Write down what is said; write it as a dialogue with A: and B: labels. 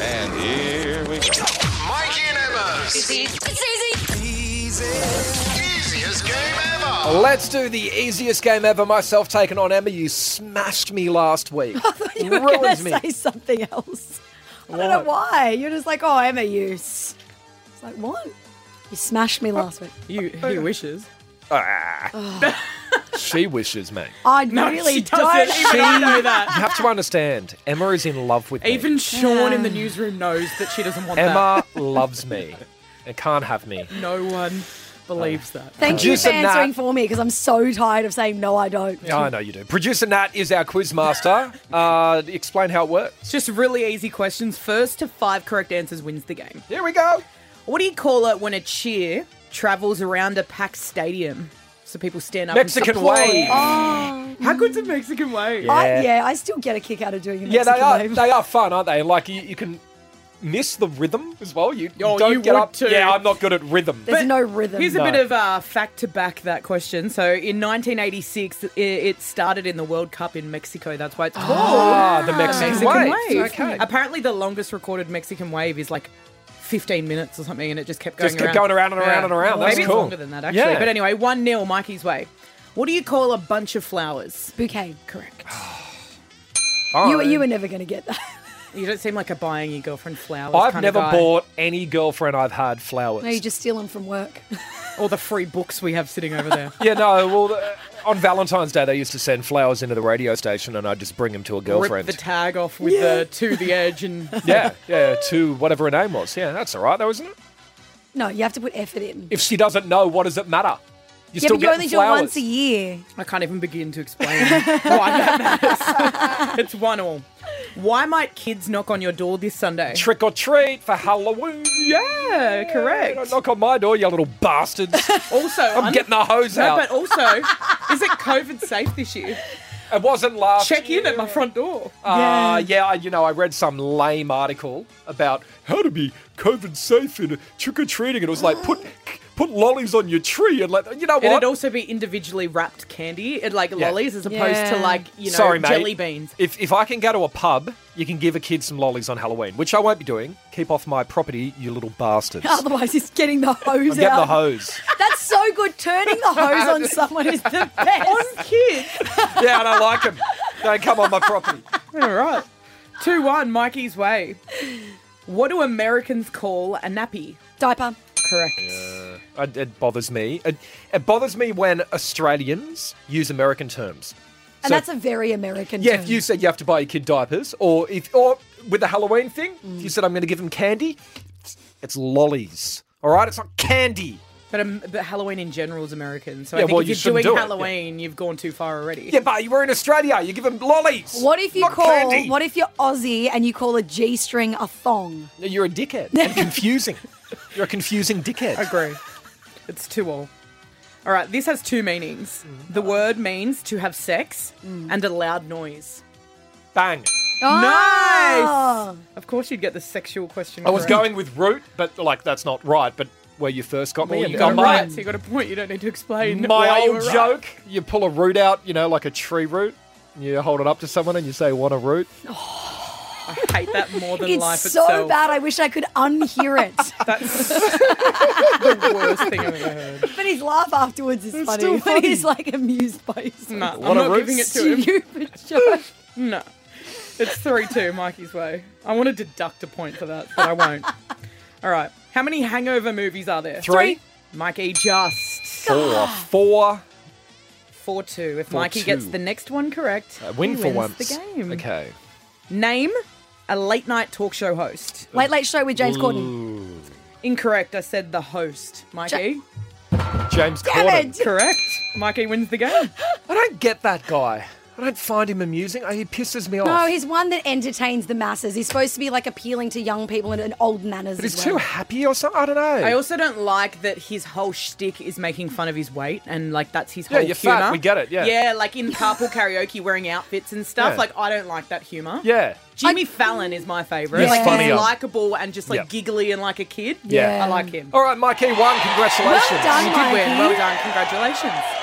A: And here we go.
B: Mikey and Emma's easiest game ever.
C: Let's do the easiest game ever. Myself taken on Emma. You smashed me last week.
D: You were going to say something else. I don't know why. You're just like, oh, Emma, you. s-" It's like, what? You smashed me last week.
E: You, he wishes.
C: She wishes, mate.
D: I
E: No,
D: really
E: she
D: don't.
E: doesn't. Even I know that.
C: You have to understand, Emma is in love with me.
E: Even Sean in the newsroom knows that she doesn't want
C: Emma loves me and can't have me.
E: that. No one believes that.
D: Thank you for
C: Producer Nat.
D: answering for me because I'm so tired of saying no, I don't.
C: Yeah, I know you do. Producer Nat is our quiz master. Uh, explain how it works.
E: It's just really easy questions. First to five correct answers wins the game.
C: Here we go.
E: What do you call it when a cheer travels around a packed stadium? So people stand up.
C: Mexican
E: and support.
C: wave.
E: How good's a Mexican wave?
D: I,
C: Yeah.
D: yeah, I still get a kick out of doing a
C: Yeah,
D: Mexican
C: they are.
D: wave.
C: They are fun, aren't they? Like you, you can miss the rhythm as well. You you
E: Oh,
C: don't
E: you
C: get
E: would
C: up.
E: too.
C: Yeah, I'm not good at rhythm.
D: There's
E: But
D: no rhythm.
E: Here's a
C: No.
E: bit of uh, fact to back that question. So in 1986, i- it started in the World Cup in Mexico. That's why it's called
C: ah, the Mexican,
E: Mexican
C: wave.
E: wave.
C: Okay.
E: Apparently, the longest recorded Mexican wave is like 15 minutes or something, and it just kept going.
C: Just
E: around.
C: kept going around and around and around. That's
E: Maybe
C: cool.
E: it's longer than that actually.
C: Yeah.
E: But anyway, one 0 Mikey's way. What do you call a bunch of flowers?
D: bouquet.
E: Correct.
D: You,
C: Fine.
D: you were never going to get that.
E: You don't seem like a buying your girlfriend flowers.
C: I've
E: kind
C: never
E: of guy.
C: bought any girlfriend I've had flowers.
D: No, you're just stealing from work.
E: all the free books we have sitting over there.
C: yeah, no. Well, the- uh, on Valentine's Day, they used to send flowers into the radio station, and I'd just bring them to a
E: Rip
C: girlfriend.
E: the tag off with the to the edge and
C: yeah, yeah, to whatever her name was. Yeah, that's all right, though, isn't it?
D: No, you have to put effort in.
C: If she doesn't know, what does it matter? You're
D: yeah,
C: still
D: but you
C: getting
D: only do
C: flowers.
D: it once a year.
E: I can't even begin to explain why that matters. it's one all. Why might kids knock on your door this Sunday?
C: Trick or treat for Halloween.
E: Yeah,
C: Don't
E: correct.
C: knock on my door, you little bastards.
E: Also,
C: I'm getting the hose
E: no,
C: out.
E: but also, is it COVID safe this year?
C: It wasn't last.
E: Check in at my front door.
C: Uh, yeah, I you know, I read some lame article about how to be COVID safe in trick or treating, and it was like put put lollies on your tree and let you know what.
E: It'd also be individually wrapped candy, it- like lollies, as opposed to
D: Yeah.
E: like you know
C: Sorry, mate.
E: jelly beans.
C: If if I can go to a pub, you can give a kid some lollies on Halloween, which I won't be doing. Keep off my property, you little bastards.
E: Oh,
C: I'm
D: Otherwise, he's getting the hose
C: getting
D: out.
C: the hose.
D: That's so good. Turning the hose on someone is the best.
E: Kids,
C: yeah, I don't like them. Don't come on my property.
E: all right. Two one, Mikey's way. What do Americans call a nappy?
D: Diaper.
E: Correct.
C: It, it bothers me. It, it bothers me when Australians use American terms.
D: And
C: So-
D: that's a very American
C: Yeah,
D: term.
C: if you said you have to buy your kid diapers, or if, or with the Halloween thing, if you said I'm going to give them candy, it's lollies. All right, it's not candy.
E: But, um, but Halloween in general is American, so
C: Yeah,
E: I think
C: well,
E: if
C: you
E: you're doing
C: shouldn't do it, yeah.
E: Halloween, you've gone too far already.
C: Yeah, but you were in Australia. You give them lollies.
D: What if you
C: not
D: call?
C: Candy.
D: What if you're Aussie and you call a g-string a thong?
C: You're a dickhead. and confusing. You're a confusing dickhead.
E: Agree. It's too all. All right, this has two meanings.
C: Mm.
E: The word means to have sex and a loud noise.
C: Bang.
D: Ah.
E: Nice. Of course, you'd get the sexual question.
C: I was
E: correct.
C: going with root, but like that's not right. But where you first got me,
E: Well,
C: you
E: you
C: got
E: got
C: my
E: right, so you got a point. You don't need to explain. why
C: my
E: you
C: old
E: were right.
C: joke. You pull a root out, you know, like a tree root. and You hold it up to someone and you say, "Want a root?"
E: I hate that more than
D: It's
E: life
D: so
E: itself.
D: bad. I wish I could unhear it.
E: That's the worst thing I've ever heard.
D: but his laugh afterwards is funny.
C: still
D: But
C: funny.
D: he's like amused by his
E: No, I'm
C: What a
E: not
C: roast.
E: giving it to him.
D: stupid joke.
E: No. It's 3 2, Mikey's way. I want to deduct a point for that, but I won't. All right. How many hangover movies are there?
C: Three,
E: Mikey just.
C: four, four.
E: 4 2. If
C: Four,
E: Mikey gets
C: two.
E: the next one correct,
C: Uh, win
E: he
C: for
E: wins
C: once.
E: the game.
C: Okay.
E: Name a late night talk show host.
D: Late Late Show with James Corden.
E: Incorrect. I said the host. Mikey.
C: James
D: Damn
C: Corden.
D: it.
E: correct. Mikey wins the game.
C: I don't get that guy. I don't find him amusing. Oh, He pisses me off.
D: No, he's one that entertains the masses. He's supposed to be like appealing to young people and, and old manners.
C: but he's
D: as
C: too
D: well.
C: happy or something. I don't know.
E: I also don't like that his whole shtick is making fun of his weight and like that's his
C: Yeah,
E: whole
C: you're fat,
E: humor.
C: we get it, yeah.
E: yeah, like in carpool karaoke, wearing outfits and stuff.
C: Yeah.
E: Like I don't like that humor.
C: yeah.
E: Jimmy Fallon is my favorite.
C: He's
E: like
C: funnier.
E: he's likable and just like
C: Yeah.
E: giggly and like a kid.
C: Yeah.
E: I like him.
C: All right, Mikey, one. Congratulations.
D: Well done,
E: You did win.
D: Mikey.
E: Well done. Congratulations.